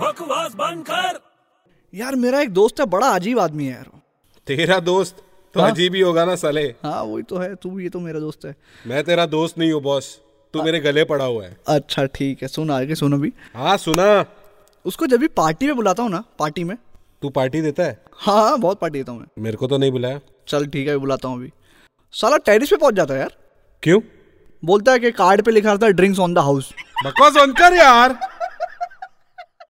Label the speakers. Speaker 1: बकवास बंद कर
Speaker 2: यार मेरा एक दोस्त है बड़ा अजीब आदमी है यार
Speaker 3: तेरा दोस्त तो
Speaker 2: हाँ।
Speaker 3: अजीब ही होगा ना साले
Speaker 2: हाँ वही तो है तू ये तो मेरा दोस्त है
Speaker 3: मैं तेरा दोस्त नहीं हूँ बॉस तू मेरे गले पड़ा हुआ है
Speaker 2: अच्छा ठीक है सुन आगे सुन अभी
Speaker 3: हाँ सुना
Speaker 2: उसको जब भी पार्टी में बुलाता हूँ ना पार्टी में
Speaker 3: तू पार्टी देता है
Speaker 2: हाँ हाँ बहुत पार्टी देता हूँ मैं
Speaker 3: मेरे को तो नहीं बुलाया
Speaker 2: चल ठीक है बुलाता हूँ अभी साला टेरिस पे पहुंच जाता है यार
Speaker 3: क्यों
Speaker 2: बोलता है कि कार्ड पे लिखा रहता है ड्रिंक्स ऑन द हाउस
Speaker 3: बकवास बंद कर यार